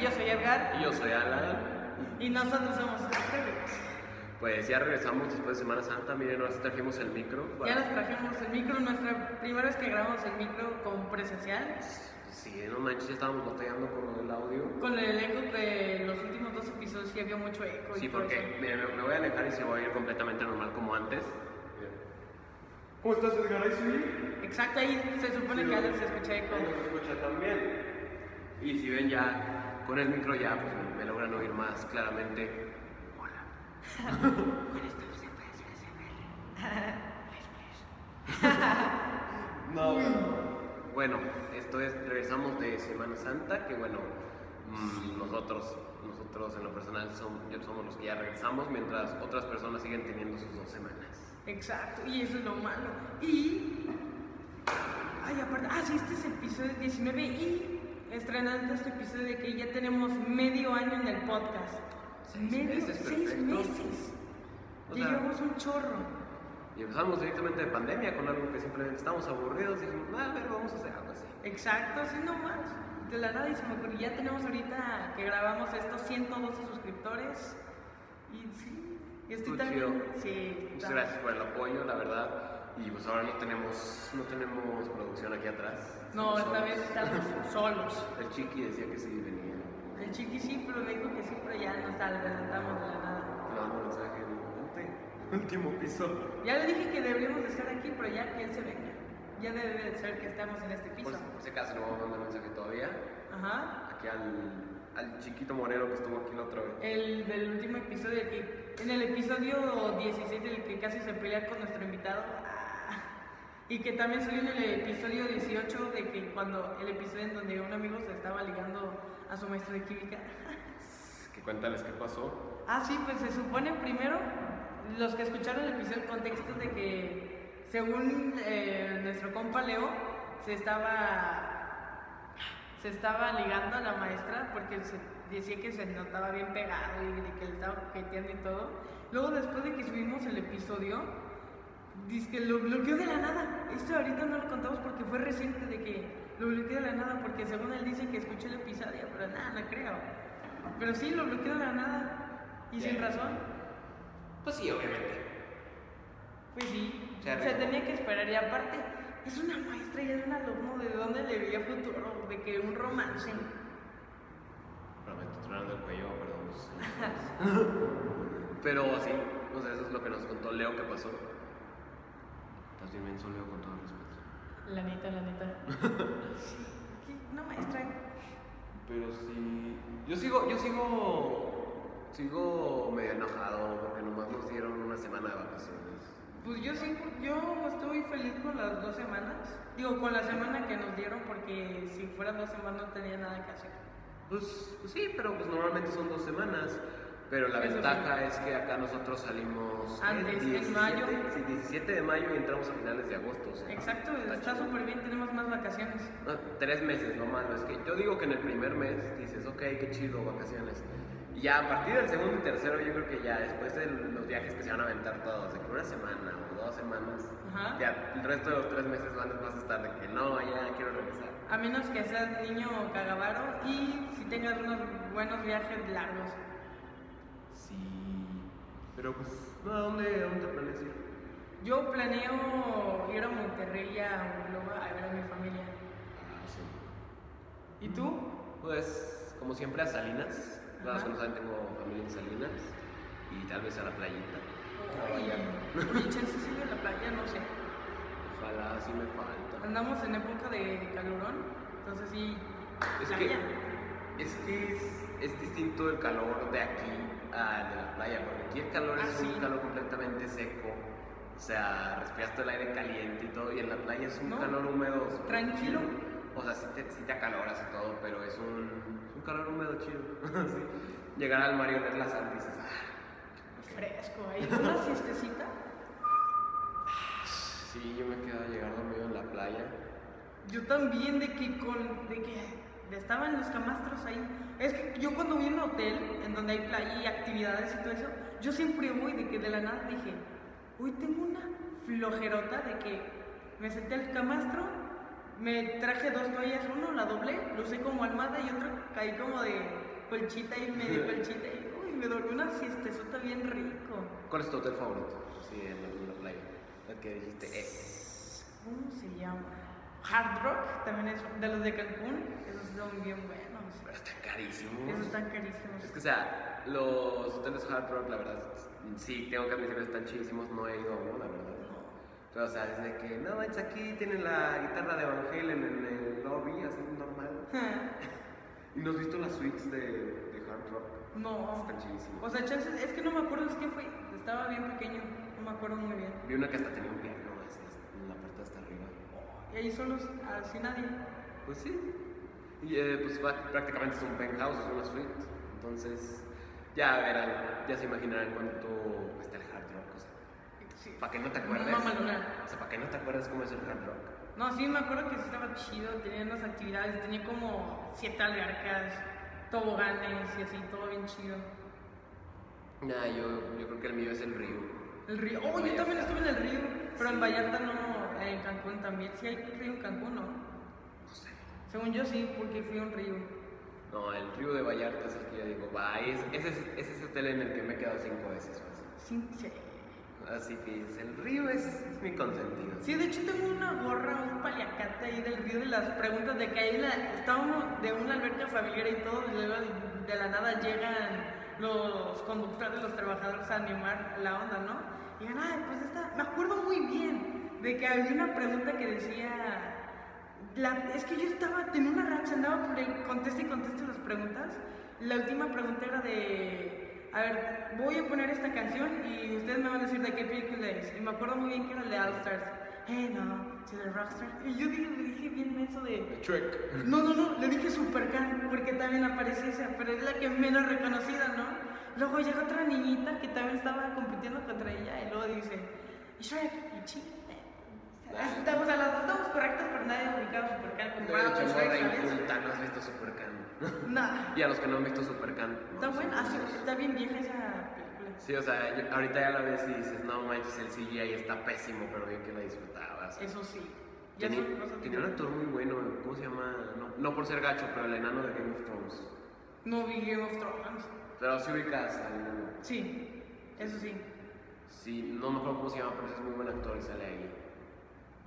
Yo soy Edgar. Y yo soy Alan. Y nosotros somos Atrevidos. Pues ya regresamos después de Semana Santa. Miren, ahora sí trajimos el micro. Ya para- nos trajimos el micro, nuestra primera vez que grabamos el micro con presencial, Sí, no manches, ya estábamos batallando con lo del audio. con el eco de los últimos dos episodios, sí había mucho eco. y Sí, todo porque eso. mira, me, me voy a alejar y se va a ir completamente normal como antes. ¿Cómo estás, Edgar? ¿Ahí sí? Exacto, ahí se supone que Alex se escucha eco. Ahí nos escucha también. Y si ven ya, con el micro ya, pues me, me logran oír más claramente. Hola. No, Bueno, esto es, regresamos de Semana Santa, que bueno, mm, nosotros, nosotros en lo personal som- yo- somos los que ya regresamos, mientras otras personas siguen teniendo sus dos semanas. Exacto, y eso es lo malo. Y. Ay, aparte. Ah, sí, este es el episodio 19 y estrenando este episodio de que ya tenemos medio año en el podcast. Seis medio, meses, seis perfecto. meses. O Y sea- llevamos un chorro. Y empezamos directamente de pandemia con algo que simplemente estábamos aburridos y dijimos, "Ah, a ver, vamos a hacer algo así. Exacto, así nomás. De la nada y se me ocurrió. Ya tenemos ahorita que grabamos estos 112 suscriptores. Y sí, y estoy Muy también. chido. Sí, Muchas está- gracias por el apoyo, la verdad. Y pues ahora no tenemos, no tenemos producción aquí atrás. No, Estamos esta vez solos. estamos solos. El chiqui decía que sí venía. El chiqui sí, pero me dijo que siempre ya nos adelantamos de la nada. Le mando un mensaje, "Vente, último piso. Ya le dije que deberíamos de estar aquí, pero ya que él se venga. Ya debe de ser que estamos en este Por, piso. por si acaso Pues, no vamos a mandar mensaje todavía. Ajá. Aquí al, al chiquito moreno que estuvo aquí la otra vez. El del último episodio, el que, en el episodio 16 del que casi se pelea con nuestro invitado. Ah. Y que también salió en el episodio 18 de que cuando el episodio en donde un amigo se estaba ligando a su maestro de química. Que cuéntales qué pasó. Ah, sí, pues se supone primero, los que escucharon el episodio, el contexto de que según eh, nuestro compa Leo, se estaba, se estaba ligando a la maestra porque se- decía que se notaba bien pegado y de que le estaba coqueteando y todo. Luego, después de que subimos el episodio, dice que lo bloqueó de la nada. Esto ahorita no lo contamos porque fue reciente de que lo bloqueó de la nada porque según él dice que escuchó el episodio, pero nada, no creo. Pero sí, lo bloqueó de la nada y sin razón. Pues sí, obviamente. Pues sí, Se arregló. se tenía que esperar y aparte es una maestra y es un alumno de dónde le veía futuro, de que un romance. Pero me estoy tronando el cuello, perdón. Pero sí, o sea, eso es lo que nos contó Leo que pasó. Estás bien menso, Leo, con todo respeto. La neta, la neta. sí, que una maestra. Pero sí. Yo sigo, yo sigo. Sigo medio enojado porque nomás nos dieron una semana de vacaciones. Pues yo sí, yo estoy feliz con las dos semanas. Digo, con la semana que nos dieron porque si fueran dos semanas no tenía nada que hacer. Pues, pues sí, pero pues normalmente son dos semanas. Pero la Eso ventaja es que acá nosotros salimos Antes, en mayo. Sí, 17 de mayo y entramos a finales de agosto. o sea, Exacto, está chido. súper bien, tenemos más vacaciones. No, tres meses, lo malo es que yo digo que en el primer mes dices, ok, qué chido, vacaciones. Y ya a partir del segundo y tercero, yo creo que ya después de los viajes que se van a aventar todos, de que una semana o dos semanas, Ajá. ya el resto de los tres meses van, vas a estar de que no, ya quiero regresar. A menos que seas niño cagavaro y si tengas unos buenos viajes largos. Sí. Pero pues, no, ¿a dónde, a dónde te planeas ir? Yo planeo ir a Monterrey y a Monclova a ver a mi familia. ¿Y tú? Pues, como siempre, a Salinas. Nada más Ajá. que no saben, tengo familia en Salinas. Y tal vez a la playita. A Oye, Vallarta. oye, chance sí voy a la playa, no sé. Ojalá así me falta. Andamos en época de calorón, entonces sí. Es la que, playa. es, que es, es distinto el calor de aquí al de la playa. Porque aquí el calor Ah, es sí. un calor completamente seco. O sea, respiras todo el aire caliente y todo. Y en la playa es un No. calor húmedo. súper Tranquilo. chido. O sea, sí te, sí te acaloras y todo, pero es un, es un calor húmedo chido. sí. Llegar al mar y oler la sal y dices, ah. Fresco, ahí una siestecita. Sí, yo me quedo llegar dormido en la playa. Yo también de que con de que estaban los camastros ahí. Es que yo cuando voy a un hotel en donde hay playa y actividades y todo eso, yo siempre voy de que de la nada dije, hoy tengo una flojerota de que me senté al camastro, Me traje dos toallas, uno la doblé, lo usé como almada y otro caí como de colchita y medio colchita y uy, me dormí una siestezota bien rico. ¿Cuál es tu hotel favorito? Sí, en la, en la playa. El que dijiste "Eh, es. ¿Cómo se llama? Hard Rock, también es de los de Cancún, esos son bien buenos. Pero están carísimos. Esos están carísimos. Es que, o sea, los hoteles Hard Rock, la verdad, sí, tengo que admitir, están chidísimos. No he ido a uno, la verdad. Pero, o sea, desde que, no manches, aquí tienen la guitarra de Van Halen en el lobby, así normal. ¿Y no has visto las suites de, de Hard Rock? No. Están chidísimas. Oh. O sea, chances, es que no me acuerdo, es que fue, estaba bien pequeño, no me acuerdo muy bien. Vi una que hasta tenía un piano, así, hasta- en la parte hasta arriba. Y ahí solos, así nadie. Pues sí. Y eh, pues va- prácticamente es un penthouse, es una suite. Entonces, ya verán, ya se imaginarán cuánto está el Hard Rock. O sea, Sí. para que no te Una acuerdes. mamalona. O sea, para que no te acuerdes cómo es el Hard Rock. No, sí, me acuerdo que sí estaba chido, tenía unas actividades, tenía como siete albercas, toboganes y así, todo bien chido. Nah, yo, yo creo que el mío es el río. El río, oh, yo también estuve en el río, pero Sí. en Vallarta no, en Cancún también. Sí hay río en Cancún, ¿no? No sé. Según yo sí, porque fui a un río. No, el río de Vallarta es el que yo digo, va, es, es, ese- es ese hotel en el que me he quedado cinco veces. fácil. Sí, sí. Así que es el río es, es mi consentido. Sí, de hecho tengo una gorra, un paliacate ahí del río de las preguntas de que ahí la- estábamos de una alberca familiar y todo, y luego de- de la nada llegan los conductores, los trabajadores a animar la onda, ¿no? Y digan, ah, pues esta, me acuerdo muy bien de que había una pregunta que decía, la- es que yo estaba, tenía una racha, andaba por el conteste y conteste las preguntas. La última pregunta era de, a ver, voy a poner esta canción y ustedes me van a decir de qué película es. Y me acuerdo muy bien que era el de All Stars. Hey, no, si de Rockstar. Y yo dije, le dije bien menso de... Trek. No, no, no, le dije Supercan porque también aparece esa, pero es la que menos reconocida, ¿no? Luego llega otra niñita que también estaba compitiendo contra ella y luego dice, Shrek, y ching. Estamos a las dos, estamos correctas, pero nadie ubicaba Supercan No, como de para hecho, morra Shrek, ¿sabes? inculta, no has visto Supercan. Nada. Y a los que no han visto Supercan. no, Está son buena, ah, sí, curiosos. está bien vieja esa película. Sí, o sea, yo- ahorita ya la ves y dices, no manches, el CGI está pésimo, pero bien que la disfrutabas. Eso sí. Eh, Ya Tenía, son cosas tenía un actor muy bueno, ¿cómo se llama? No, no por ser gacho, pero el enano de Game of Thrones. No vi Game of Thrones. Pero si ubicas al enano. Sí, eso sí. Sí, no me acuerdo cómo se llama, pero es muy buen actor y sale ahí.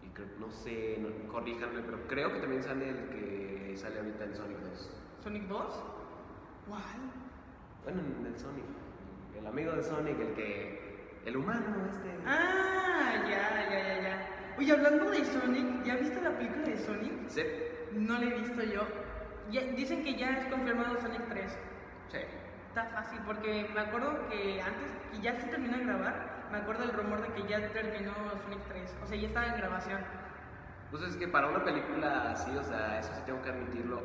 Y creo, no sé, no, corríjanme, pero creo que también sale el que sale ahorita en Sonic 2. ¿Sonic 2? ¿Cuál? Bueno, en el Sonic. El amigo de Sonic, el que. El humano, este. Ah, ya, ya, ya, ya. Oye, hablando de Sonic, ¿ya viste la película de Sonic? Sí. No la he visto yo. Ya- dicen que ya es confirmado Sonic 3. Sí. Está fácil, porque me acuerdo que antes que ya se terminó de grabar, me acuerdo el rumor de que ya terminó Sonic 3. O sea, ya estaba en grabación. Pues es que para una película así, o sea, eso sí tengo que admitirlo,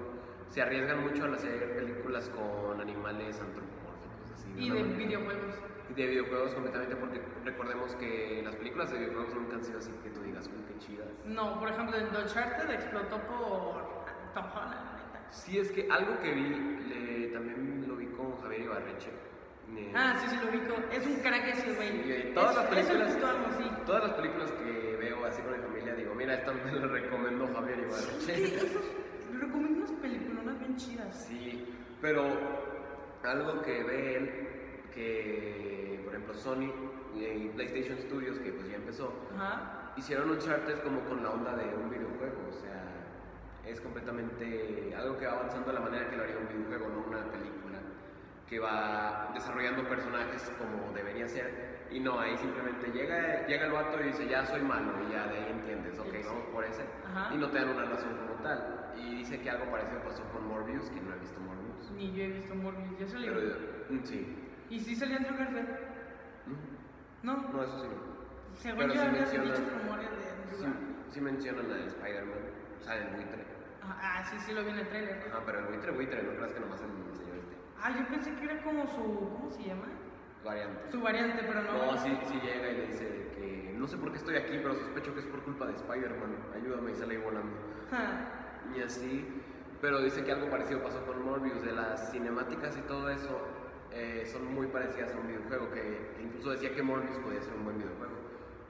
se arriesgan mucho al hacer películas con animales antropomórficos, así. Y una de manera- videojuegos. Y de videojuegos completamente, porque recordemos que las películas de videojuegos nunca han sido así que tú digas, uy, qué chidas. No, por ejemplo, el Uncharted explotó por Tom Holland, la neta. Sí, es que algo que vi, le- también lo vi con Javier Ibarreche. eh, Ah, sí, sí, lo ubico. Es un crack ese güey. Y eh, todas Es- las es el películas, puto amo, sí. todas las películas que veo así con mi familia, digo, mira, esta me la recomendó Javier Sí, Ibarreche. esos, recomiendo unas películas bien chidas. Sí, pero algo que ve él, que por ejemplo Sony y PlayStation Studios, que pues ya empezó, Ajá. hicieron un charter como con la onda de un videojuego, o sea, es completamente algo que va avanzando de la manera que lo haría un videojuego, no una película, que va desarrollando personajes como debería ser, y no, ahí simplemente llega, llega el vato y dice, ya soy malo, y ya de ahí entiendes, ok, vamos por ese, Ajá. y no te dan una razón como tal, y dice que algo parecido pasó con Morbius, que no he visto Morbius, Ni yo he visto Morbius, ya salió. pero mm, sí, ¿Y sí salió Andrew Garfield? Mm, No, no, eso sí no. según pero yo sí había menciona- dicho rumores de Andrew Sí, Garfield. sí mencionan al Spider-Man, o sea, el buitre. Ah, ah, sí, sí lo vi en el trailer. Ajá, pero el buitre, buitre, no creas que nomás el señor este. Ah, yo pensé que era como su. ¿Cómo se llama? Variante. Su variante, pero no. No, sí, sí llega y le dice de que no sé por qué estoy aquí, pero sospecho que es por culpa de Spider-Man. Ayúdame y sale ahí volando. Ja. Y así, pero dice que algo parecido pasó con Morbius, de las cinemáticas y todo eso eh, son muy parecidas a un videojuego, que incluso decía que Morbius podía ser un buen videojuego.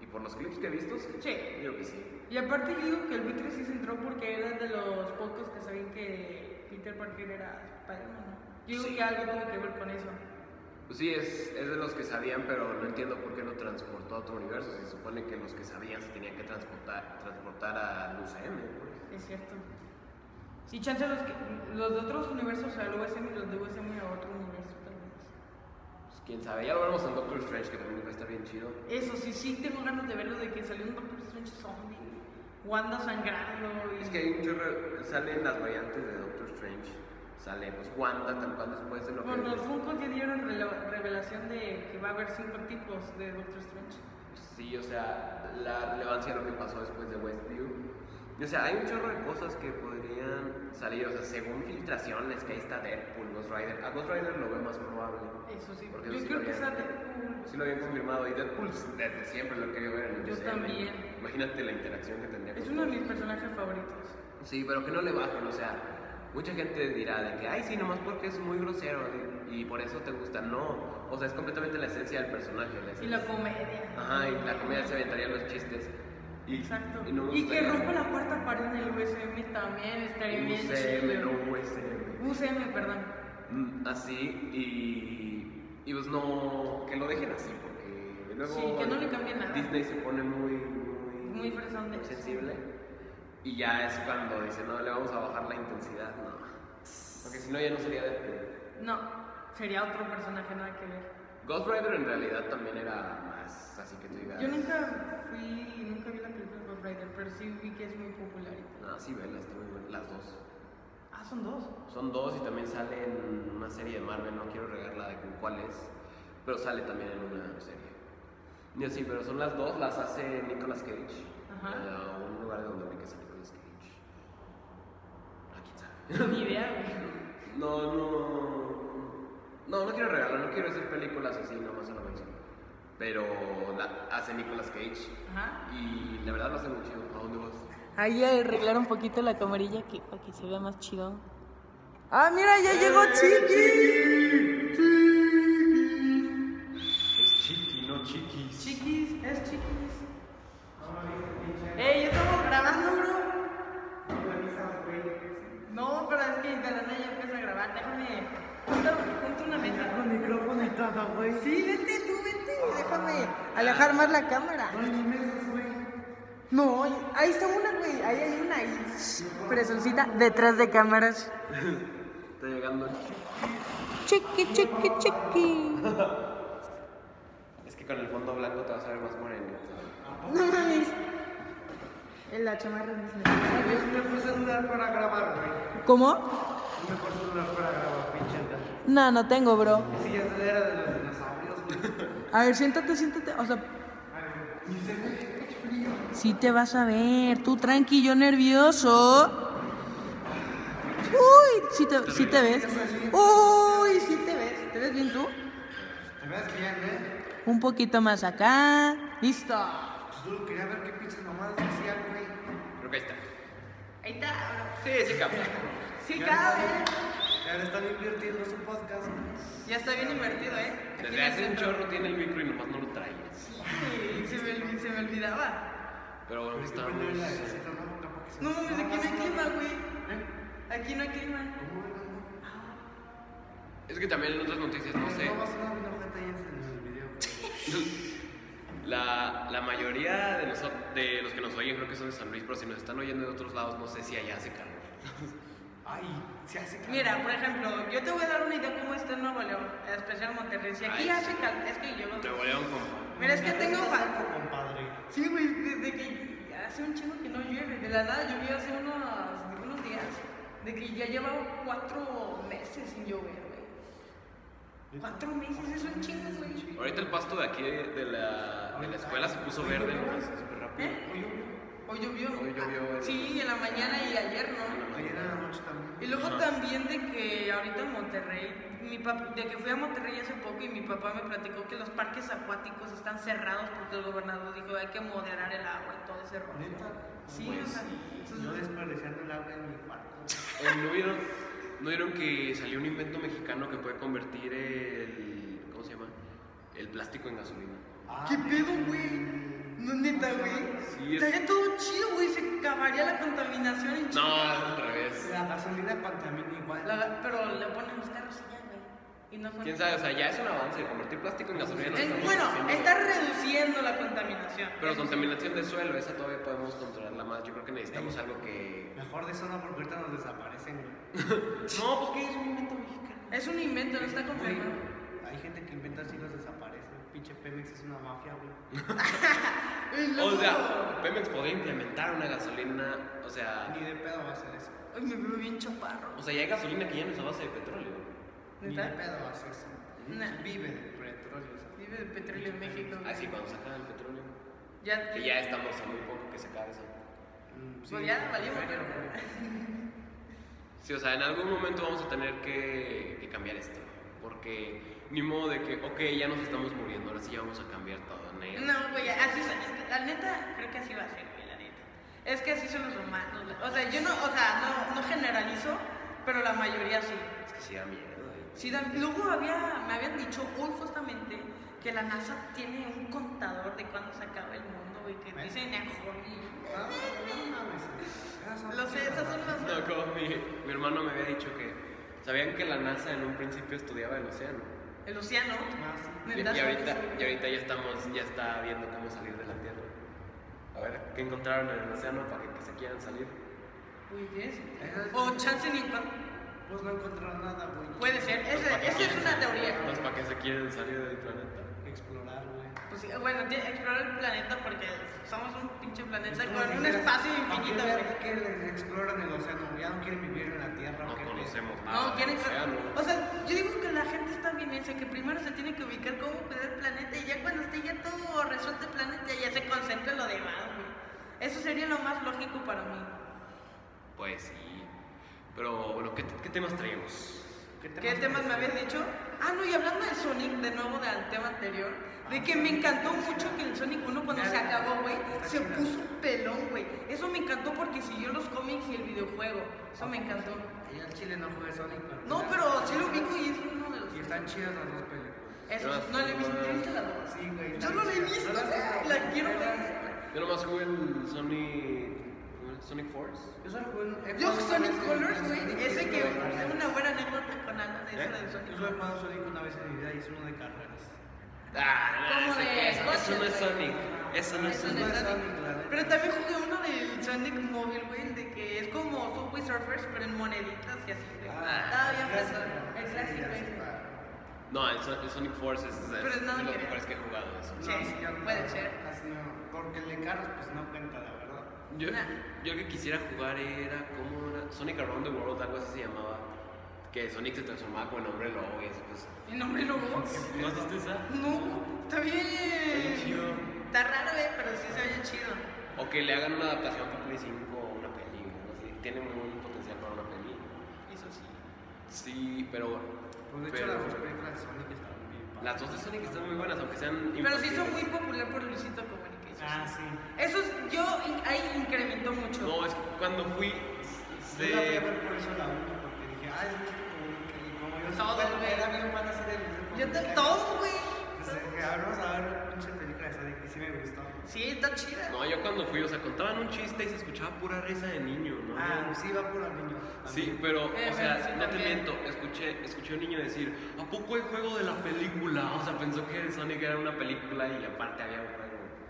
Y por los clips que he visto, sí, Sí. yo creo que sí. Y aparte yo digo que el buitre sí se entró porque era de los pocos que sabían que Peter Parker era Spider-Man, ¿no? Yo digo Sí. que algo tuvo que ver con eso. Pues sí, es, es de los que sabían, pero no entiendo por qué lo transportó a otro universo. Se supone que los que sabían se tenían que transportar, transportar al UCM, pues. Es cierto. Y chance los, que, los de otros universos al USM y los de USM a otro universo tal vez. Pues quién sabe, ya lo vemos en Doctor Strange, que también va a estar bien chido. Eso sí, sí tengo ganas de verlo de que salió un Doctor Strange zombie. Wanda sangrando y... Es que hay un chorro, salen las variantes de Doctor Strange. Sale pues Wanda, tal cual después de lo que. Con los Funkos ya dieron rela- revelación de que va a haber cinco tipos de Doctor Strange. Sí, o sea, la relevancia de lo que pasó después de Westview. O sea, hay un chorro de cosas que podrían salir, o sea, según filtraciones, que ahí está Deadpool, Ghost Rider. A Ghost Rider lo veo más probable. Eso sí, Porque yo sí creo lo que habían- sea Deadpool. Sí lo habían confirmado, y Deadpool desde siempre lo quería ver en el Yo UCM. también. Imagínate la interacción que tendría Es con uno de todos. mis personajes favoritos. Sí, pero que no le bajen, o sea, mucha gente dirá de que, ay, sí, nomás porque es muy grosero y y por eso te gusta. No, o sea, es completamente la esencia del personaje. la Y esencia. la comedia. Ajá, y la comedia se aventaría los chistes. Ah, Y, Exacto. Y, no me Y que gustaría- rompa la cuarta pared en el USM también estaría bien UCM, chido. no UCM. UCM, perdón. Mm, Así, y, y pues no, que lo dejen así, porque luego Sí, que no le cambien nada. Disney se pone muy, muy, Muy fresón de muy eso. sensible. Y ya es cuando dice, no, le vamos a bajar la intensidad, no. Porque si no, ya no sería de... No, sería otro personaje, nada que ver. Ghost Rider en realidad también era más, así que tú digas... Yo nunca fui, nunca vi la película de Ghost Rider, pero sí vi que es muy popular. No, sí, velas, está muy buena, las dos. Ah, son dos. Son dos y también sale en una serie de Marvel, no quiero regarla de con cuál es, pero sale también en una serie. Yo sí, pero son las dos, las hace Nicolas Cage. Ajá. A un lugar donde ubicas a Nicolas Cage. Ah, quién sabe. Ni idea, güey. No, no. No, no quiero regalar, no quiero hacer películas así, nomás a la mención. Pero la hace Nicolas Cage Ajá. y la verdad lo hace muy chido. ¿A dónde vas? Ahí arreglar un poquito la camarilla que, para que se vea más chido. Ah, mira, ya llegó Chiqui. Es chiqui, no chiquis. Chiquis, es chiquis. Ey, ya estamos grabando, bro. No, pero es que de la nada ya empieza a grabar. Déjame. Ponte, ponte una mesa. Con micrófono y todo, güey. Sí, vete, tú vete. Déjame alejar más la cámara. No hay ni mesas, güey. No, ahí está una, güey. Ahí hay una. Ahí. Presoncita detrás de cámaras. Está llegando el chiqui. Chiqui, chiqui, chiqui. Es que con el fondo blanco te vas a ver más morenito. No mames. En La chamarra no es necesaria. Es un mejor celular para grabar, güey. ¿Cómo? Un mejor celular para grabar, pinche Andrés. No, no tengo, bro. Ese ya se era de los dinosaurios, güey. A ver, siéntate, siéntate. O sea, Y se ve qué frío. Sí te vas a ver, tú tranquilo, nervioso. Uy, sí te, sí te ves. Uy, sí te ves. ¿Te ves bien tú? Te ves bien, ¿eh? Un poquito más acá. Listo. Pues solo quería ver qué pinches mamadas decían, güey. Creo que ahí está. Ahí está, bro. Sí, sí, capta. Sí, cabe. Ya le están invirtiendo su podcast, güey. Ya está bien invertido, ¿eh? Aquí Desde en el hace un centro. chorro tiene el micro y nomás no lo traes. Sí, se me, se me olvidaba. Pero bueno, Qué pena la estamos. visita, ¿no? Tampoco que se- No mames, aquí no hay pasa clima, nada. güey. ¿Eh? Aquí no hay clima. ¿Cómo, güey? Es que también en otras noticias, no sé. No vas a dar una vuelta ahí en el video, güey. La, la mayoría de, noso- de los que nos oyen creo que son de San Luis, pero si nos están oyendo de otros lados, no sé si allá hace calor. Ay, se hace calor. Mira, por ejemplo, yo te voy a dar una idea cómo está en Nuevo León, especial Monterrey. Si aquí Ay, hace calor, es que yo. Nuevo León con. Mira, es que tengo fa- compadre. Sí, güey, desde que hace un chingo que no llueve. De la nada llovió hace unos, unos días. De que ya llevaba cuatro meses sin llover, güey. Cuatro meses, es un chingo, güey. Ahorita el pasto de aquí de, de la, de la escuela se puso verde, ¿no? Súper rápido. ¿Eh? Hoy llovió. Hoy llovió, Ah, el- Sí, en la mañana y ayer, ¿no? Ayer en la noche también. Y luego también de que ahorita en Monterrey, mi pap- de que fui a Monterrey hace poco y mi papá me platicó que los parques acuáticos están cerrados porque el gobernador dijo hay que moderar el agua y todo ese rollo. Neta. Sí, Pues o sea, Y Yo desperdiciando el agua en mi cuarto. Eh, ¿No vieron, ¿No vieron que salió un invento mexicano que puede convertir el. ¿Cómo se llama? El plástico en gasolina. ¿Qué Ah, pedo, güey? No, neta, güey. Sí, es- Estaría todo chido, güey. Se acabaría la contaminación en Chile. No, es al revés. La gasolina contamina igual. pero le ponen los carros y ya, güey. Y no ponen- ¿Quién sabe? O sea, ya es un avance. Convertir plástico en gasolina. lo Es- estamos bueno, haciendo. está reduciendo la contaminación. Pero contaminación de suelo, esa todavía podemos controlarla más. Yo creo que necesitamos algo que. Mejor de zona porque ahorita nos desaparecen, güey. No, pues que es un invento mexicano. Es un invento, no está confirmado. Güey, Hay gente que inventa así y los desaparece. Pinche Pemex es una mafia, güey. Ay, O loco. sea, Pemex podría implementar una gasolina. O sea, Ni de pedo va a hacer eso. Ay, me veo bien chaparro. o sea, ya hay gasolina que ya no es a base de petróleo. Ni de ¿Neta? pedo va a hacer eso. Nah. Vive del petróleo. o sea. Vive el petróleo en México. güey. Así Ah, cuando sacan el petróleo. Ya, Que ya estamos a muy poco que se acabe eso. Mm, sí, Pues ya güey, valió, pero, güey. güey. Sí, o sea, en algún momento vamos a tener que, que cambiar esto. Porque ni modo de que, ok, ya nos estamos muriendo, ahora sí ya vamos a cambiar todo, ¿no? No, güey, así son- La neta, creo que así va a ser, güey, la neta. Es que así son los romanos. la- O sea, yo no, o sea, no, no generalizo, pero la mayoría sí. Es que sí da miedo. ¿eh? Sí, dan- luego había, me habían dicho hoy justamente que la NASA tiene un contador de cuándo se acaba el mundo, güey, que ¿Eh? dicen en junio. No, Ah, no mames. Esas son Lo sé, esas son las No, como mi, mi hermano me había dicho que, ¿sabían que la NASA en un principio estudiaba el océano? El océano. Ah, sí. Y, y Neta, ahorita, y ahorita ya estamos, ya está viendo cómo salir de la Tierra. A ver, ¿qué encontraron en el océano para que, que se quieran salir? Uy, yes. Esas- O chance ni cuándo. Pues no encontraron nada, güey. Puede ser. Esa, Pues, ¿para qué esa es quieren una salir? teoría. Entonces, Pues, ¿para qué se quieren salir del planeta? Explorar, güey. Pues sí, bueno, tiene que explorar el planeta porque somos un pinche planeta Es como si con un dijeras, espacio "¿Pa' qué infinito. güey". verga quieren explorar el océano? Ya no quieren vivir en la tierra. ¿o No qué pedo?" conocemos nada No, del quieren. océano. O sea, yo digo que la gente está bien necia, que primero se tiene que ubicar cómo cuidar el planeta y ya cuando esté ya todo resuelto el planeta ya se concentra en lo demás, güey. Eso sería lo más lógico para mí. Pues sí. Pero bueno, ¿qué, qué temas traemos? ¿Qué temas me habías dicho? Ah, no, y hablando de Sonic, de nuevo del tema anterior, de que me encantó mucho que el Sonic 1 cuando se acabó, güey, se puso pelón, güey. Eso me encantó porque siguió los cómics y el videojuego. Eso me encantó. Yo en Chile no jugué Sonic, pero. No, pero sí lo ubico y es uno de los... Y están chidas las dos películas. Eso, no le he visto, ¿ya viste la dos? Sí, güey. Yo no la he visto, ¿No las has visto? la quiero ver. Yo nomás jugué en Sonic. ¿cómo era? Sonic Force. Yo solo jugué en. Yo Xbox, Sonic en- Colors, en Sonic, güey, ese en que Sonic Colors. ¿Eh? es una buena anécdota con Alan de eso del Yo solo he Sonic. jugado Sonic una vez en mi vida y es uno de carreras. Ah, Como eso, de que- eso, eso no es coches, Sonic. Eso no es Eso no Sonic. es Sonic, Sonic. la neta. Pero también jugué uno del Sonic móvil, güey, el de que es como Subway Surfers, pero en moneditas y así, güey. Ah, Estaba bien clásico. pesado, Ah, el clásico ese. No, el, Son- el Sonic Force es, es- Pero es no de los creo. mejores que he jugado. eso. Sí, puede ser. Casi no. Porque el de carros, pues no cuenta, la verdad. Yo, Nah. yo lo que quisiera jugar era como era Sonic Around the World, algo así se llamaba. Que Sonic se transformaba como en hombre lobo y eso pues. ¿El nombre lobo? ¿No has visto esa? No, está bien. bien chido. Está raro, güey, pero sí se oye chido. O que le hagan una adaptación para Play 5 o una peli, algo así. Tiene muy buen potencial para una peli. Eso sí. Sí, pero. Pues de hecho, pero las dos películas de Sonic están bien padres. las dos de Sonic están muy buenas, aunque sean. Pero sí son infantiles. muy popular por Luisito Comunica. Ah, sí. Eso es- yo in- ahí incrementó mucho. No, es que cuando fui. Yo la fui a se- ver por eso la uno, porque dije, ah, es que como, que como yo Todo, soy- güey. era bien fan así de Yo te, Comunica. todos, güey. Pues dije, "Ah, vamos a ver pinche película de Sonic, y sí me gustó. Sí, está chida. No, yo cuando fui, o sea, contaban un chiste y se escuchaba pura risa de niño, ¿no? Ah, sí, va por niño. Sí, Eh, pero, o bueno, sí, sea, no te también. miento, escuché, escuché a un niño decir, ¿a poco hay juego de la película? O sea, pensó que Sonic era una película y aparte había un juego.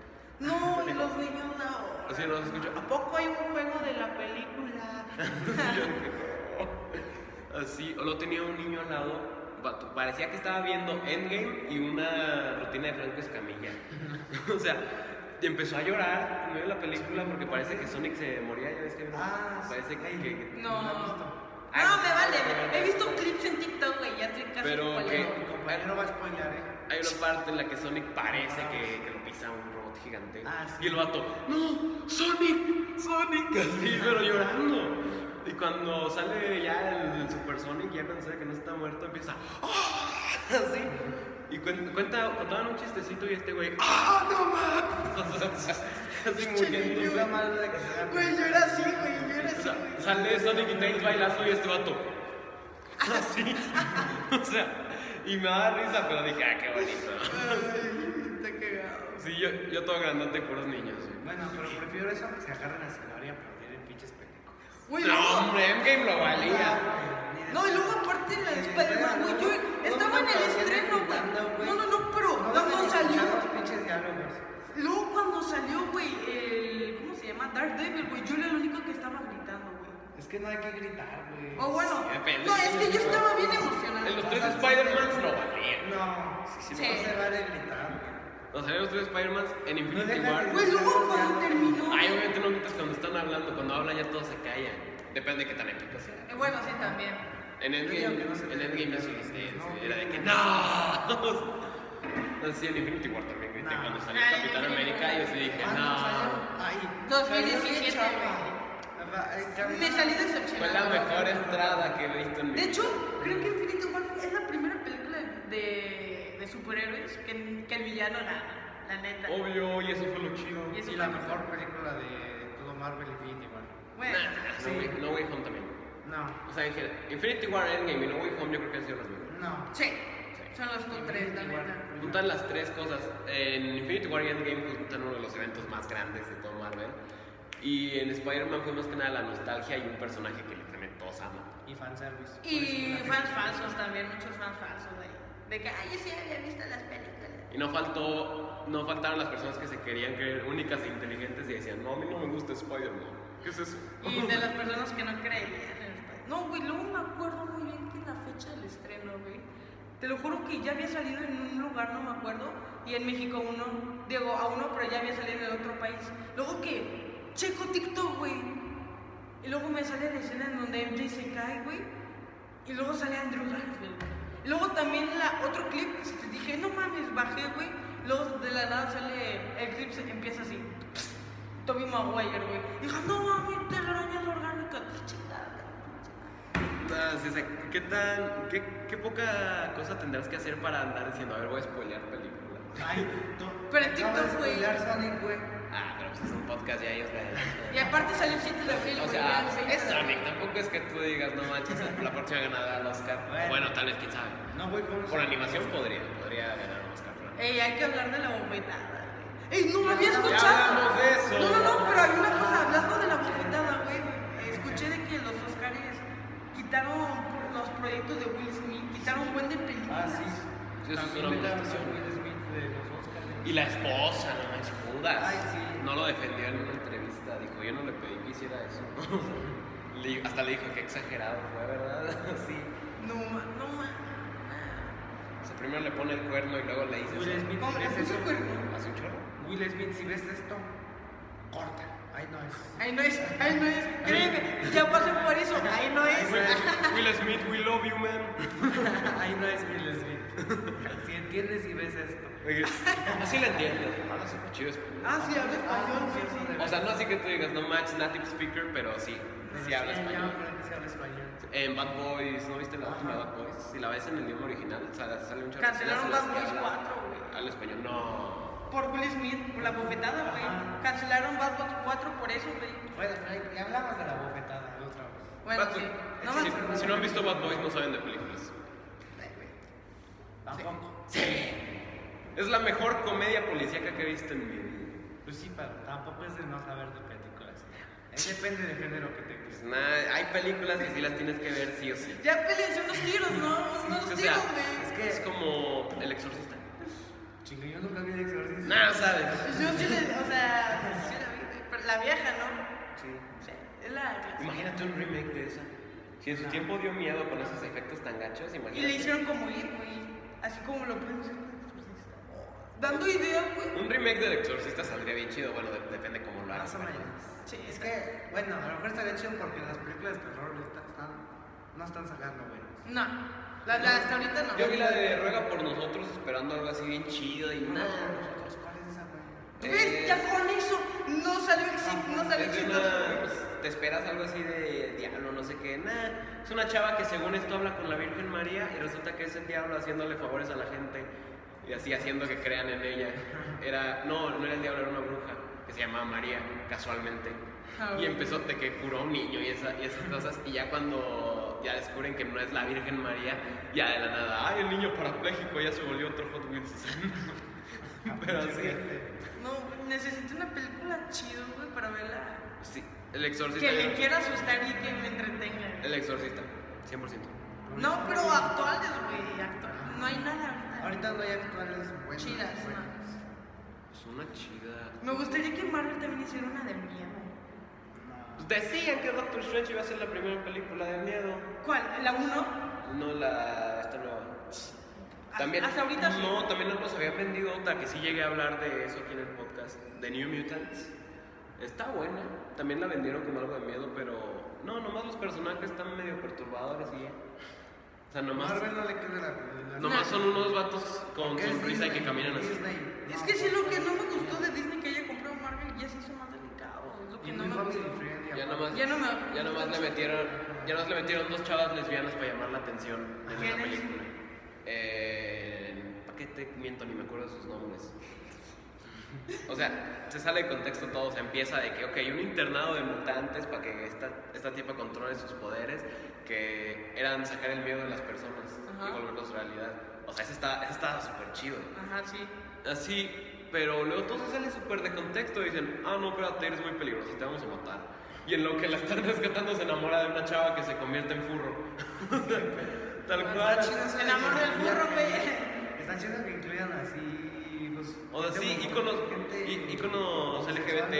No, y los niños no. O sea, no se escuchó, ¿A poco hay un juego de la película? "Oh". Así, o lo tenía un niño al lado, pa- parecía que estaba viendo Endgame y una rutina de Franco Escamilla. o sea, y empezó a llorar en medio de la película porque parece que Sonic se moría, ya ves que Ah, sí. parece que, que- No. No la he visto. No, me vale. He visto clips en TikTok, güey. Ya estoy casi Pero, igual. ¿qué? Mi compañero va a spoilear, eh. hay una parte en la que Sonic parece que, que lo pisa un robot gigante. Ah, sí. Y el vato, ¡No! ¡Sonic! ¡Sonic! Así, pero llorando. Y cuando sale ya el, el Super Sonic, ya cuando sabe que no está muerto, empieza, "¡Ah!", Así. Y cuen- cuenta, contaban un chistecito y este güey, ¡Ah, no mames! Así Es muriéndose. la mala de que sea- Güey, yo era así, güey. Yo era O así, sea, güey. sale Sonic y Tails bailando y este vato. Así. o sea, y me da risa, pero dije, ah, qué bonito. Ay, Está cagado. Sí, yo, yo todo grandote y puros niños. güey. Bueno, pero prefiero eso a que se agarren a celular y a perder en pinches películas. Güey, No, luego- hombre, Endgame lo valía. eh, No, y luego aparte la de Spider-Man, güey, yo estaba en el estreno, güey. No, no, no, pero cuando salió, Los pinches diálogos. luego cuando salió, güey, el, ¿cómo se llama? Dark Devil, güey, yo era el único que estaba gritando, güey. Es que no hay que gritar, güey. O Oh, bueno, Qué pendejo. no, es que yo estaba bien emocionado. En los tres Spider-Mans lo valía. No, Sí, sí, no se vale gritar, güey. Nos salieron los tres Spider-Mans en Infinity dejas War. de- Güey, luego cuando terminó, Ay, obviamente no gritas cuando están hablando. Cuando hablan ya todos se callan. Depende de qué tan épico sea. Eh, bueno, sí, también. En Yo Endgame, digo que no se en puede Endgame yo sí gritar, grité, no, sí, Era de que no. no. Así en Infinity War también grité No. cuando salió Ay, Capitán Infinity América y yo sí dije, ¿Cuándo Eh, no. Ah, salió? Ay, 2017, salió bien güey. chafa. Ajá, en cambio- Me salí Fue la decepcionado. mejor entrada que he visto en mi De vida. hecho, creo que Infinity War es la primera película de, de superhéroes que, que el villano la, la neta. Obvio, y eso fue lo chido. Y eso Y fue la lo mejor película de todo Marvel Infinity War. Bueno, No, Way- no Way Home también. No, O sea, dije, Infinity War, Endgame y No Way Home yo creo que han sido las mejores. no. sí, son los top tres, la Infinity War. neta. Juntan las tres cosas. En Infinity War y Endgame juntan uno de los eventos más grandes de todo Marvel. Y en Spider-Man fue más que nada la nostalgia y un personaje que literalmente todos aman. Y fanservice. Y Por eso fans falsos también, muchos fans falsos de De que, ay, yo sí había visto las películas. Y no faltó, no faltaron las personas que se querían creer únicas e inteligentes y decían, no, a mí no me gusta Spider-Man. ¿Qué es eso? Y de las personas que no creían en el pa- No, güey, luego me acuerdo muy bien que en la fecha del estreno, güey. Te lo juro que ya había salido en un lugar, no me acuerdo. Y en México uno, digo, a uno, pero ya había salido en otro país. Luego que, checo TikTok, güey. Y luego me sale la escena en donde MJ se cae, güey. Y luego sale Andrew Garfield. Y luego también la, otro clip, dije, no mames, bajé, güey. Luego de la nada sale el clip, se- empieza así. Toby Maguire, güey. Dijo, no mames, telarañas orgánicas, qué chingada. Nah, Ah, sí, o sea, ¿qué tan, qué, qué poca cosa tendrás que hacer para andar diciendo, a ver, voy a spoilear película? Ay, tú. Pero en Acabas TikTok, de güey. spoilear Sonic, güey. Ah, pero pues es un podcast ya ellos la... Y aparte salió el 7 de abril, O güey. sea, vean, sí. es Sonic, tampoco es que tú digas, no manches, la próxima ganará el Oscar. Bueno, Bueno. tal vez, quién sabe. No, güey, ¿cómo Por se- animación podría, podría ganar un Oscar. pero- Ey, hay que hablar de la bofetada, güey. Ey, no me había Ya escuchado. hablamos de eso. No, no, no, pero hay una cosa, hablando de la bofetada, güey. Escuché de que los Oscars quitaron por los proyectos de Will Smith, quitaron un buen de películas. Ah, sí. Sí, eso es También una metaron a amonestación. Will Smith de los Oscars. Y la esposa, no manches, Judas. Ay, sí. No lo defendió en una entrevista. Dijo, yo no le pedí que hiciera eso. Le dijo- hasta le dijo que exagerado fue, ¿verdad? sí. No, ma- no, ma. O sea, primero le pone el cuerno y luego le dice. Will eso. Smith, ¿Cómo si ves es eso, eso- cuerno? Hace un chorro. Will Smith, si ves esto, corta. Ay, no es. Ahí no es, ahí no es, créeme, ya pasé por eso, ahí no es. Will Smith, we love you, man. Ay, no es Will Smith. Si entiendes y ves esto. Así la entiendes. Ahora sí, chido es- Ah, sí, habla español, sí, sí. O sea, no así que tú digas, no manches, native speaker, pero sí. Sí habla español. Si habla español. En Bad Boys, ¿no viste la última de Bad Boys? Si la ves en el idioma original, sale, sale un chorro. Cancelaron Sí, las- Bad las que Boys hablan- 4, güey. Al español, no. Por Will Smith, por la bofetada, güey. Ajá. Cancelaron Bad Boys 4 por eso, güey. Bueno, pero ahí- ya hablamos de la bofetada la otra vez. Bueno, Bad sí. Boys. No Si- más. si, no han visto Bad Boys, no saben de películas. Tampoco. Es la mejor comedia policíaca que he visto en mi vida. Pues sí, pero tampoco es de no saber de películas. Es depende del género que te Pues guste. nada, hay películas que sí las tienes que ver sí o sí. Ya peleense unos tiros, ¿no? Unos O sea, tiros, es güey. que es como El Exorcista. Chinga, yo nunca vi de exorcismo. Nada, ¿sabes? Pues Yo sí le, o sea, sí la vi, güey, pero la vieja, ¿no? Sí. Sí, es la clásica. Imagínate un remake de esa. Si en su tiempo dio miedo con esos efectos tan gachos, Y le imagínate. hicieron como ir, güey. Así como lo pueden hacer. con el exorcista. Dando ideas, güey. Un remake del Exorcista saldría bien chido, bueno, de- depende cómo lo hagas. Más o menos. Sí, Es que, bueno, a lo mejor estaría chido porque las películas de terror ahorita están, no están sacando buenas. No, la, la hasta ahorita no. Yo vi la de Ruega por nosotros esperando algo así bien chido y nada. Nosotros, ¿Cuál es esa güey? ¿Ves? Ya con eso no salió exi- no salió eh, ah, Es de una- exitoso. pues, te esperas algo así de diablo, no sé qué, nada. Es una chava que según esto habla con la Virgen María y resulta que es el diablo haciéndole favores a la gente y así haciendo que crean en ella. Era, no, no era el diablo, era una bruja que se llamaba María, casualmente. Ah, Y bueno. empezó de que curó a un niño y, esa- y esas cosas y ya cuando ya descubren que no es la Virgen María, ya de la nada, ay, el niño parapléjico ya se volvió otro Hot Wheels. Pero sí. No, güey, necesito una película chido, güey, para verla. Sí, el exorcista. Que me yo- quiera asustar y que me entretenga. El exorcista, 100%. No, pero actuales, güey, actuales. No hay nada ahorita. Ahorita no hay actuales buenas. Chidas, buenas. no. Es una chida. Me gustaría que Marvel también hiciera una de miedo. Decían que Doctor Strange iba a ser la primera película de miedo. ¿Cuál? ¿La 1? No la. esta nueva. También. Hasta ahorita sí. No, también nos habían vendido otra que sí llegué a hablar de eso aquí en el podcast. De New Mutants. Está buena. También la vendieron como algo de miedo, pero. No, nomás los personajes están medio perturbadores y. ya. O sea, nomás. Marvel no le queda la. la- Nomás son unos vatos con Porque es sonrisa que Disney, caminan así. Disney. Es que sí, lo que no me gustó de Disney que haya comprado Marvel ya se hizo más delicado. Es lo que Y no muy me family gustó. friendly, Ya aparte. nomás, Ya no me- ya nomás le metieron, ya nomás le metieron dos chavas lesbianas para llamar la atención en la ¿Quiénes? película. Eh, ¿Para qué te miento? Ni me acuerdo de sus nombres. O sea, se sale de contexto todo, se empieza de que, ok, un internado de mutantes para que esta, esta tipa controle sus poderes, que eran sacar el miedo de las personas y Ajá. volverlos realidad. O sea, eso está eso está súper chido. Ajá, sí. Así, pero luego todo se sale súper de contexto. y Dicen, ah, no, espérate, eres muy peligroso, te vamos a matar. Y en lo que la están rescatando se enamora de una chava que se convierte en furro. Tal cual. Ah, Está chido eso de El amor que del incluyan- burro, güey. Está chido que incluyan así. Pues, O sea, sí, íconos, í- íconos LGBT.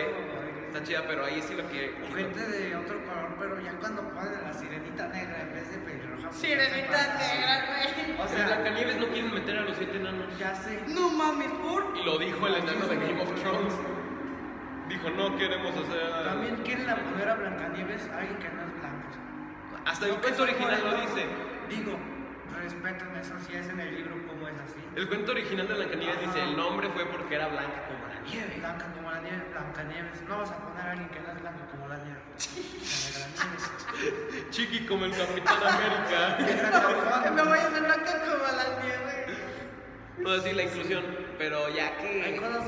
Está chida, pero ahí sí lo que. O gente de otro color, pero ya cuando ponen la sirenita negra en vez de pelirroja. pues, ya se Sirenita pasa. negra, güey. O O sea, sea, Blancanieves no quieren meter a los siete enanos. ya sé. No mames, por. Y lo dijo el enano de Game of Thrones. Dijo, no queremos hacer. a- También quieren la poner a Blancanieves a alguien que no es blanco. Hasta el No, cuento que sea original lo moreno. dice. Digo, respeten eso si es en el libro como es así. El cuento original de Blancanieves dice: Ajá. el nombre fue porque era blanca como la nieve. Blanca como la nieve, Blancanieves. No vas a poner a alguien que no es blanco como la nieve. La Chiqui como el Capitán América. Negra Nieves. Me voy a hacer blanca como la nieve. No decir la inclusión, pero ya Hay que. cosas,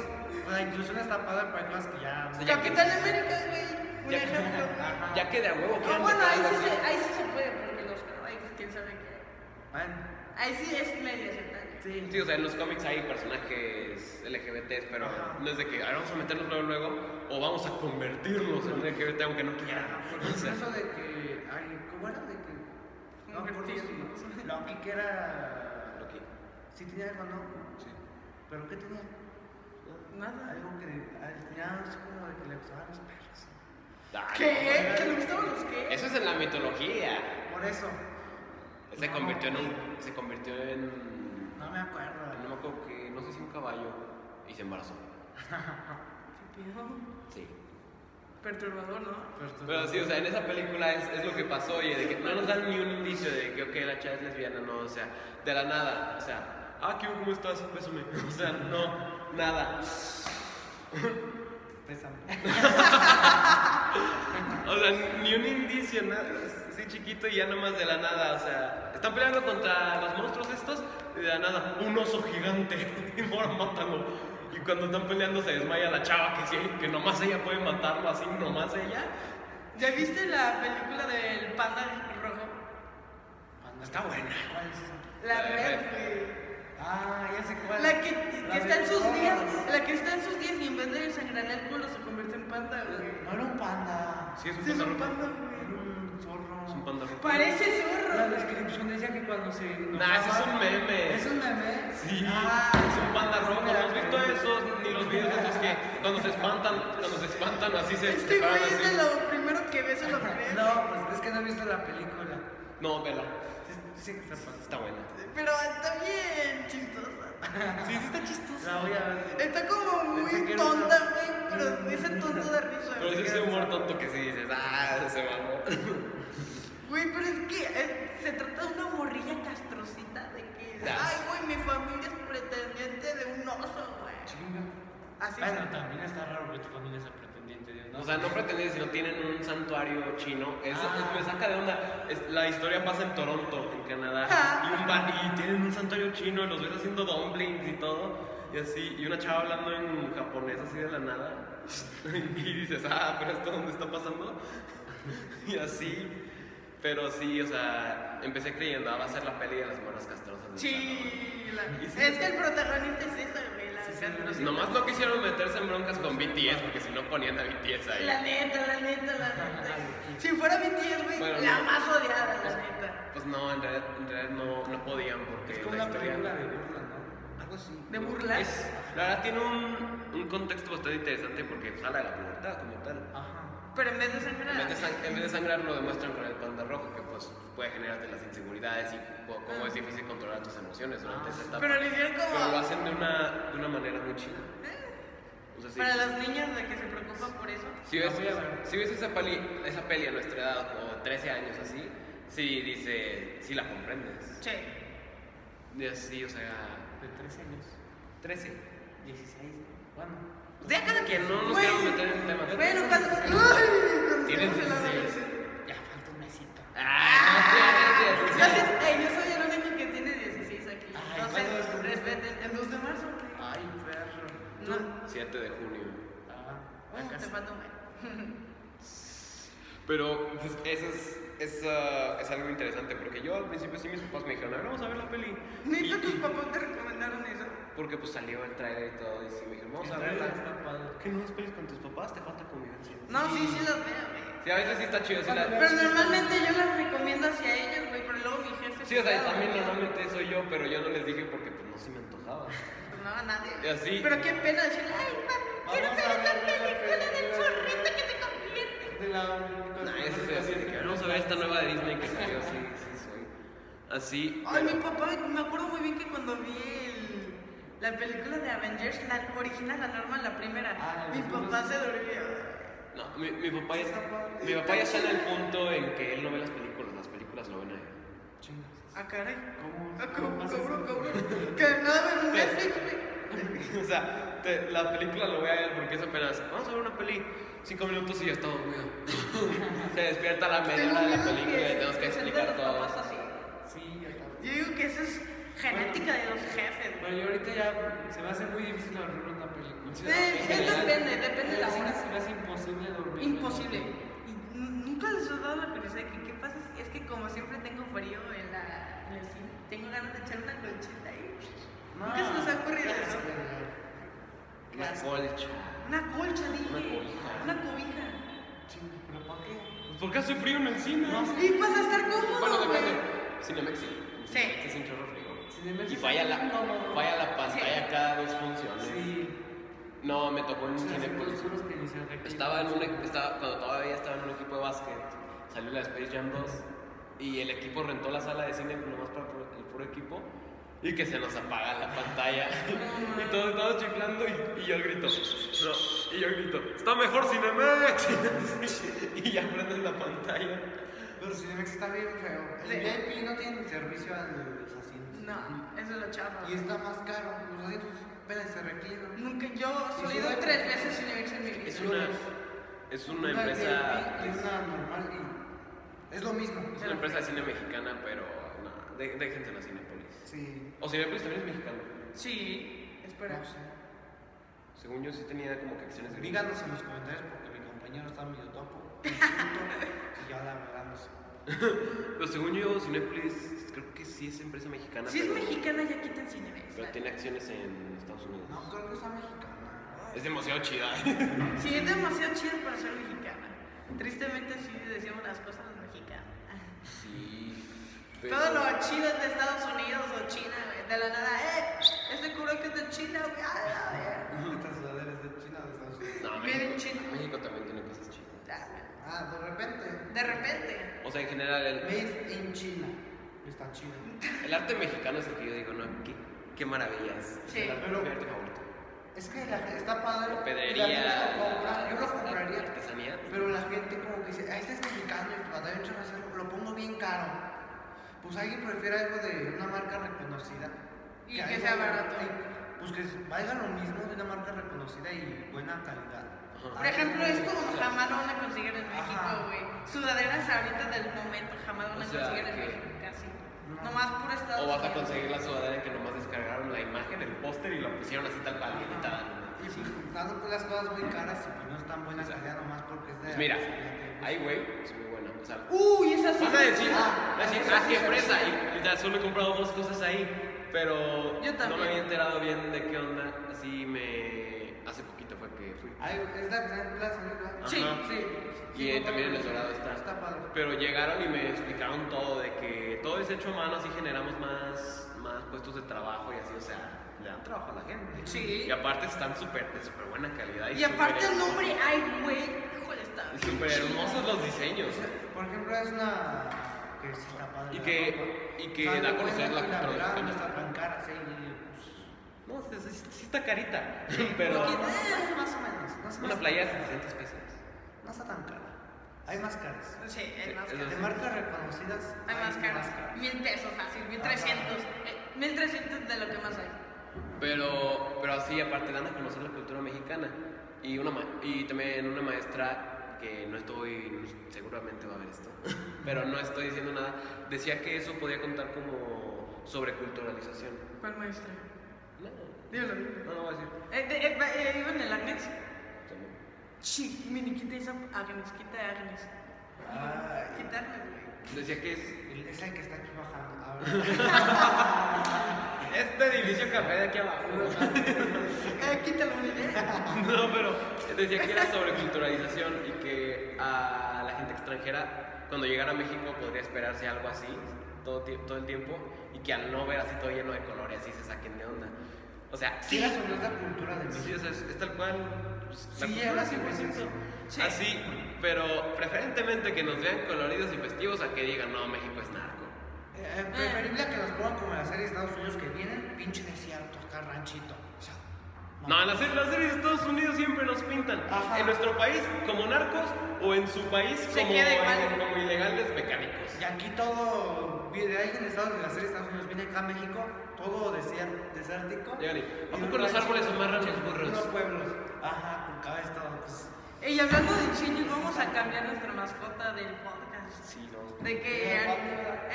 o sea, inclusión está padre, pero hay cosas que ya. Sí, Capitán América, güey. Un Ya- ejemplo. Ajá. Ya que de a huevo Ah, quieran bueno, meter ahí algo sí, así. se, ahí sí se puede, porque los ahí pues, quién sabe qué. Bueno, Ahí sí es medio aceptable. sí. Sí, o sea, en los cómics hay personajes LGBTs, pero Ajá. no es de que "Ay, vamos a meterlos luego, luego, o vamos a convertirlos en LGBT aunque no quieran. O sea, eso de que. Ay, ¿Cómo era? De que. No, por Convertirnos. si- Loki que era. Loki. Sí tenía algo, ¿no? Sí. ¿Pero qué tenía? Nada. Algo que. ay, Tenía así como de que le gustaban los perros. ay, ¿Qué? ¿Que le gustaban los qué? Ah, Eso es en la mitología. Por eso. Se No, convirtió en un. Se convirtió en. No me acuerdo. No me acuerdo que. No sé si un caballo. Y se embarazó. ¿Qué pedo? Sí. Perturbador, ¿no? Pero sí, o sea, en esa película es, es lo que pasó, oye, de que no nos dan ni un indicio de que, ok, la chava es lesbiana, no, o sea, de la nada, o sea, ah, ¿qué, hubo? ¿cómo estás? Bésame, o sea, no, nada. Pésame. O sea, ni un indicio, nada, sí chiquito y ya nomás de la nada, o sea, están peleando contra los monstruos estos y de la nada, un oso gigante, y ahora mátalo. Y cuando están peleando se desmaya la chava que sí, que nomás ella puede matarlo así, nomás ella. ¿Ya viste la película del panda rojo? Está buena. ¿Cuál es esa? La La de red, Red. güey. Ah, ya sé cuál. La que, que La está de en sus todos. días. La que está en sus días y en vez de sangrar el culo se convierte en panda, güey. No era un panda. Sí, es un Sí, es panda un rojo. panda, Era güey. un zorro. Es un panda rojo. Parece La zorro. descripción decía que cuando se. Nah, ese es un meme. ¿Es un meme? Sí, Ah, es un panda rojo. ¿No has mira, visto esos? Ni los videos esos que cuando se espantan, cuando se espantan así se Este separan güey es así. de lo primero que ves en los crees. No, pues es que no he visto la película. No, vela. Sí, sí que está pasando. Está buena. Pero está bien chistosa. Sí, sí está chistosa. La voy a ver. Está como Pensé que muy era una- tonta, güey, pero es tonto de risa. Pero es ese humor tonto que sí dices, ah, se mamó. Güey, pero es que eh, se trata de una morrilla castrocita de que, Ya. ay, güey, mi familia es pretendiente de un oso, güey. Chinga. Así Bueno, es. también está raro que tu familia sea pretendiente de un O sea, no pretendes, sino tienen un santuario chino. Eso Ah. me saca de onda. Es- la historia pasa en Toronto, en Canadá. Ah. Y, un ba- y tienen un santuario chino y los ves haciendo dumplings y todo. Y así, y una chava hablando en japonés así de la nada. y dices, ah, pero esto dónde está pasando. y así. Pero sí, o sea, empecé creyendo, ah, va a ser la peli de las moras castrosas. de Sí, la- Y sí. es que el protagonista es eso, güey, la sí, sí, algunos sí. Nomás no quisieron meterse en broncas con BTS porque si no ponían a BTS La ahí. neta, la neta, la neta. Si fuera mi tía, güey, Bueno, la no. más odiada, la neta. Pues no, en realidad, en realidad no, no podían porque Es como la una historia. película de burla, ¿no? Algo así. ¿De burlas? Es- la verdad tiene un, un contexto bastante interesante porque sale de la pubertad como tal. Ajá. Pero en vez de En vez, de sangrar. sang- en vez de sangrar lo demuestran con el panda rojo que pues puede generarte las inseguridades y co- cómo es difícil controlar tus emociones durante esa etapa. Pero lo hicieron Pero lo como. hacen de una, de una manera muy chida. O sea, sí. Para las niñas de que se preocupan por eso. Si La ves, voy a ver. si ves esa, peli, esa peli a nuestra edad, como 13 años así, sí dice, sí la comprendes. Che. Y así, o sea, De 13 años. 13. 16. Bueno. Pues Ya cada quien, no nos Güey. queremos meter en temas. Bueno, cuando. ¡Ay! cuando Tienes estamos en la 16. adolescencia. Ya falta un mesito. Ah, no, Yo, sí, sí, sí. sé- ey, yo soy el único que tiene 16 aquí. Ay, ¿cuándo es Entonces, tu respeten. El 2 de marzo. Ay, perro. No. 7 de junio. Ah, Uh, te acá falta un mes. Pero pues, eso es, es, ah, es algo interesante porque yo al principio sí mis papás me dijeron, a ver, vamos a ver la peli. Y- Neta, tus y- papás te recomendaron eso. Porque pues salió el trailer y todo y sí me dijeron, vamos a El tráiler verla. está padre. ¿Qué no esperes con tus papás? Te falta convivencia. No, sí, sí las veo, güey. Sí, a veces sí está chido. Sí, la- Pero normalmente yo las recomiendo hacia ellos, güey, pero luego mi jefe... Sí, o sea, se también queda, normalmente soy yo, pero yo no les dije porque pues no se me antojaba. güey. Pues No, a nadie. Y así. Pero qué pena decirle, ay, pa, quiero Vamos a ver la ver la película del película". zorrito que se convierte. De la. Nah, eso se hace de que vamos a ver esta nueva de Disney que salió, sí, sí, soy. Así. Ay, mi pero- papá, me acuerdo muy bien que cuando vi el- la película de Avengers, la original, la normal, la primera, Ah, la mi original. papá se durmió. No, mi, mi papá ya mi papá ya está en el punto en que él no ve las películas, las películas lo ven a él. Chingas. Ah, caray. ¿Cómo? Ah, ¿Cómo ¿Cómo? pasa ¿Cómo? eso? ¿Cómo? Que nada, en Netflix, güey. O sea, te- la película lo ve a él porque es apenas, vamos a ver una peli, cinco minutos y ya está dormido. se despierta a la media Tengo hora de la miedo película y que le tenemos que presenten explicar los todo. papás así. Sí, acá. Yo digo que eso es genética de los jefes, güey. Pero yo ahorita ya se me hace muy difícil dormir una película. Sí, sí, Eh, depende, depende de la Sí, hora. Se me hace imposible dormir. Imposible. Y n- nunca les he dado la curiosidad de que qué pasa si es que como siempre tengo frío en, la, en el cine, tengo ganas de echar una colchita ahí. Nunca se nos ha ocurrido eso. La colcha. Una colcha, dije. cobija. Una cobija. Chinga, ¿pero para qué? Pues, ¿Por qué hace frío en el cine? Y vas a estar Bueno, cómodo, güey. depende. Cinemex sí. Sí. Cinemex Es un chorro frío. Cinemex Y es falla un la, cómodo. falla la pantalla cada dos funciones. Sí. No, me tocó en un Se me cine. hacen pues, oscuros que ni se requieren. Estaba en un, e- estaba, cuando todavía estaba en un equipo de básquet, salió la Space Jam 2 y el equipo rentó la sala de cine nomás para puro- el puro equipo y que se nos apaga la pantalla. y todos estábamos chiflando y, y yo grito, no, y yo grito, está mejor Cinemex. y ya prenden la pantalla. Pero Cinemex está bien feo. Sí. El VIP no tiene servicio a los asientos. No, eso es lo chafa. Y está más caro. Los asientos apenas se reclinan. Nunca, yo solo he ido Sí, sí. tres veces sin haber en mi vida. Es una, es una VIP Y empresa, una normal. y- Es lo mismo. es una empresa de cine mexicana, pero no, dé- déjense la Cinepolis. Sí. O Cinepolis también es mexicano. Sí, espera. No sé. Según yo sí tenía como que acciones gringas. Díganos en los comentarios porque mi compañero está medio topo. y yo la verdad no sé. Pero según yo, Cinepolis creo que sí es empresa mexicana. Si es pero, mexicana, ya quitan Cinemex. Pero la tiene acciones en Estados Unidos. No, creo que está mexicana. Es demasiado chida. Sí, es demasiado chido para ser mexicana. Tristemente sí decimos las cosas mexicanas. sí. Todo lo chido es de Estados Unidos o China, güey. De la nada, eh, este culo que es de China, güey. a la verga". Estas sudaderas de China o de Estados Unidos. No, Bien México, chido. México también tiene cosas chidas. Ya, Ah, de repente. De repente. O sea, en general, el, Made in China. Está China. el arte mexicano es el que yo digo, no, qué, qué maravilla es. Sí. El arte, Pero- mi arte favorito. Es que la gente está padre. la Pedrería. gente lo compra, yo lo artesanía, compraría. Artesanía. Pero la gente como que dice, ah, este es mexicano y batalla un chorro hacerlo, lo pongo bien caro. Pues alguien prefiere algo de una marca reconocida. Y que algo- sea barato. y, Pues que valga lo mismo de una marca reconocida y buena calidad. Ajá. Por ejemplo, esto jamás lo van a conseguir en Ajá. México, güey. Sudaderas ahorita del momento jamás lo van a O sea, conseguir en que- México, casi. No. Nomás por Estados O Unidos. vas a conseguir la sudadera que nomás descargaron la imagen, el póster y la pusieron así tal cual y tal. Y pues juntando pues, las cosas muy caras y pues no es tan buena O sea, calidad nomás porque es de... Pues mira, artesanía, te gusta. ay güey, es muy buena. comenzar. Uy, esa sí. Vas a decir, Ah, vas a decir, eso ah, sí qué está fresa. Y literal, solo he comprado dos cosas ahí. Pero Yo no también. me había enterado bien de qué onda. Así me. Hace poquito fue que fui. Ahí es la Gran Plaza, ¿no? Sí. sí. Y ahí también en el Dorado está. Está padre. Pero llegaron y me explicaron todo, de que todo es hecho a mano, así generamos más, más puestos de trabajo y así, o sea, le dan trabajo a la gente. Sí. Y aparte están súper, de súper buena calidad. Y aparte súper el hermosos. nombre, ay, güey. Híjole, está. Y bien súper chido. hermosos los diseños. O sea, Por ejemplo, es una. que sí está padre. Y la que- ropa. y que Está da a buena conocer la y cultura verdad mexicana. No está tan cara, sí. pues, No, sí, sí- sí está carita, pero porque, eh, más o menos. No se me una hace- playa es 600 pesos. No está tan cara. Hay más caras. Sí, es más Sí, caro. De marcas reconocidas. Hay más caras. Mil pesos fácil, mil trescientos. Eh, Mil trescientos de lo que más hay. Pero, pero así, aparte dan a conocer la cultura mexicana. Y, una ma- y también una maestra que no estoy, seguramente va a ver esto, pero no estoy diciendo nada, decía que eso podía contar como sobreculturalización. ¿Cuál maestra? No, Dímelo. no lo voy a decir. Eh, de- eh, va- eh, ¿Iba en el Agnes? También. Sí, miniquita esa Agnes, quita a Agnes. Quita a Agnes, güey. Decía que es Es el que está aquí bajando. ahora. este edificio café de aquí abajo. Eh, quítalo, güey. No, pero decía que era sobreculturalización y que a la gente extranjera, cuando llegara a México, podría esperarse algo así todo, ti- todo el tiempo y que al no ver así todo lleno de colores, así se saquen de onda. O sea, sí, Quieras o no es la cultura de sí, México. o sea, es, es tal cual. pues, la Sí, cultura ahora sí, pues, 100%. sí. Así, pero preferentemente que nos vean coloridos y festivos a que digan, no, México es narco. Eh, preferible a que nos pongan como en la serie de Estados Unidos que vienen, pinche desierto, acá ranchito. O sea, No, en las series, las series de Estados Unidos siempre nos pintan. Ajá. En nuestro país como narcos o en su país Se como, queda igual. como ilegales mecánicos. Y aquí todo, viene alguien de Estados Unidos, de Estados Unidos, viene acá a México, todo desier- desértico. Llegan y, ¿a Y poco un los rancho- árboles amarran los burros? Unos pueblos, ajá, con cabeza todo, pues. Eh, Y hablando de chinos, vamos a cambiar nuestra mascota del podcast. Sí, no. De que. Una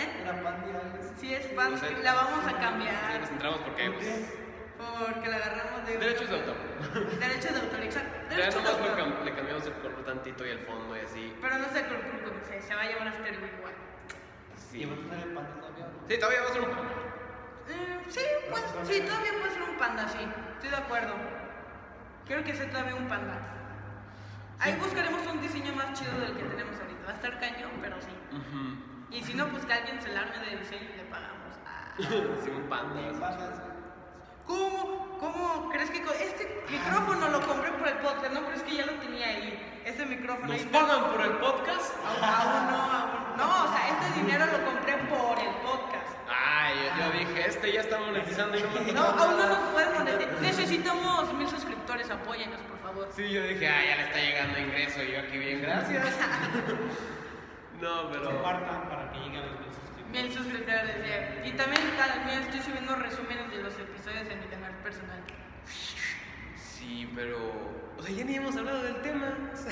¿Eh? Una pandilla, ¿ves? Si es pan, No sé. la vamos a Sí, cambiar. nos entramos porque pues, ¿Por qué? Porque la agarramos de. derechos de autor. Derecho de autor, exacto. Ya Derecho de nomás lo autor. cam- le cambiamos el color tantito y el fondo y así. Pero no sé con con- se, se va a llamar After You igual. Sí, Y va a tener el panda todavía, ¿no? Sí, todavía va a ser un poco. Eh, sí, pues, sí, todavía puede ser un panda, sí. Estoy de acuerdo. Quiero que sea todavía un panda. Ahí buscaremos un diseño más chido del que tenemos ahorita. Va a estar cañón, pero sí. Y si no, pues que alguien se la arme de diseño y le pagamos. Ah. Sí, un panda. Pandas. ¿Cómo? ¿Cómo crees que co- este micrófono lo compré por el podcast? No, pero es que ya lo tenía ahí. Este micrófono. ¿Nos ahí- pagan por el podcast? Aún, aún no, aún no. No, o sea, este dinero lo compré por el podcast. Ay, yo, yo dije, este ya está monetizando y no me No, aún no nos pueden monetizar. Necesitamos mil suscriptores, apóyanos, por favor. Sí, yo dije, ah, ya le está llegando ingreso y yo aquí bien, gracias. No, pero. Compartan para que lleguen a los mil suscriptores. Mil suscriptores, ya. Y también también estoy subiendo resúmenes de los episodios en mi canal personal. Sí, pero. O sea, ya ni hemos hablado del tema.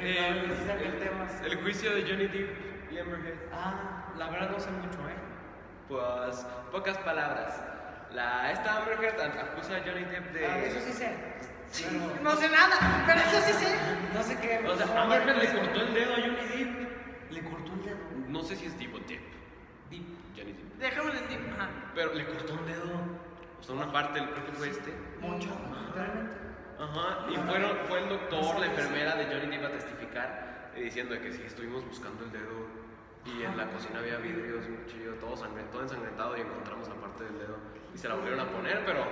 Eh, no, precisamente el tema. El juicio de Johnny Depp y Amber Heard. Ah, la verdad no sé mucho, ¿eh? Pues pocas palabras. La, esta Amber Heard ac- acusa a Johnny Depp de. Ah, eso sí sé. Pero No sé nada, pero eso sí sé. no sé qué. O sea, Amber Heard le cortó el dedo a Johnny Depp. Le cortó un dedo. No sé si es Depp o Depp. Depp. Johnny Depp. Dejémoslo en ti. Ajá. Pero le cortó un dedo. O sea, una parte, creo que fue este. Mucho, literalmente. Ajá. Y fueron, fue el doctor, la enfermera de Johnny Depp a testificar eh, diciendo de que sí, estuvimos buscando el dedo. Y en la cocina había vidrios, un cuchillo, todo, sangre, todo ensangrentado y encontramos la parte del dedo. Y se la volvieron a poner, pero.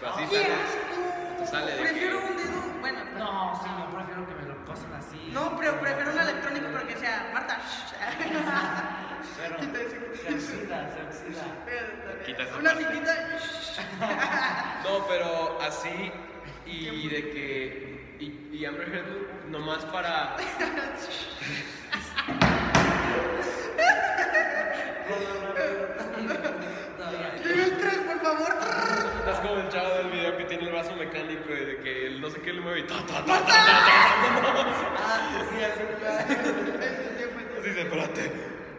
pero así ¡Qué sale. asco! Sale de Prefiero que- un dedo. Bueno, no. No, sí, yo prefiero que me lo cosen así. No, pero prefiero un electrónico pero que sea Marta. Pero se oxida, se oxida. Quita esa Una parte. cinquita. No, pero así y de que y, y Amber Heard nomás para Nivel 3, por favor. estás como el chavo del video que tiene el brazo mecánico y de que el no sé qué le mueve y ta ta ta ta ¡Marta! Ah, sí, así que así dice, espérate.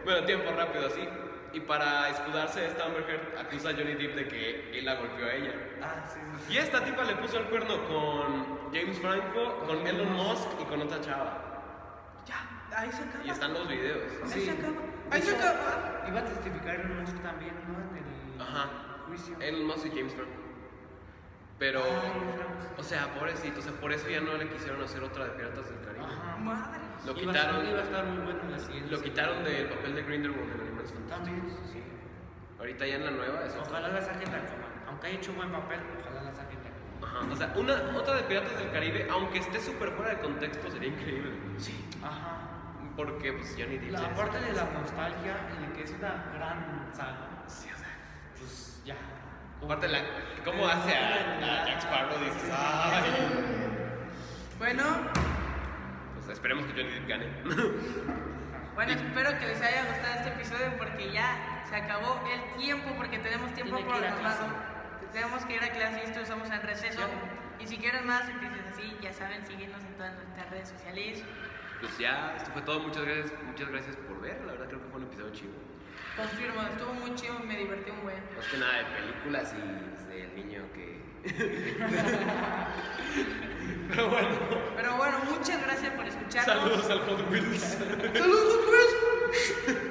Bueno, tiempo rápido así y para escudarse esta Amber Heard acusa a Johnny Depp de que él la golpeó a ella. Ah, sí, sí. Y esta tipa le puso el cuerno con James Franco, con Elon Musk y con otra chava. Ya, ahí se acaba. Y están los videos. Ahí se acaba. De Ahí se hecho, acaba. Iba a testificar en Musk también, ¿no? En el Ajá. juicio. Elon Musk y James Franco. Pero, Ay, Franco. o sea, pobrecito, o sea, por eso ya no le quisieron hacer otra de Piratas del Caribe. Ajá. Madre. Lo Iba a estar- quitaron, Iba a estar muy bueno la siguiente. lo quitaron del papel de Grindelwald en Animales Fantásticos. También, sí. Ahorita ya en la nueva es otra. Ojalá la saquen la coma. Aunque haya hecho buen papel, ojalá la saquen la coma. Ajá. O sea, una, otra de Piratas del Caribe, aunque esté súper fuera de contexto, sería increíble. Ajá. Porque, pues, Johnny Depp. ya La es- parte de la nostalgia y de que es una gran saga, Sí, o sea. pues ya. Aparte, la, ¿cómo hace a, a Jack Sparrow? Dices, ay. Bueno, Pues esperemos que Johnny Depp gane. bueno, espero que les haya gustado este episodio porque ya se acabó el tiempo porque tenemos tiempo Tiene que ir a programado. Tenemos que ir a clase y esto estamos en receso. Y si quieren más noticias así, ya saben, síguenos en todas nuestras redes sociales. Pues ya, esto fue todo. Muchas gracias, muchas gracias por ver. La verdad, creo que fue un episodio chido. Confirmo, estuvo muy chido, me divertí un buen. Más que nada de películas y del niño que. Pero bueno, Pero bueno, muchas gracias por escucharnos. saludos al Hot Wheels. ¡Saludos, Hot Wheels!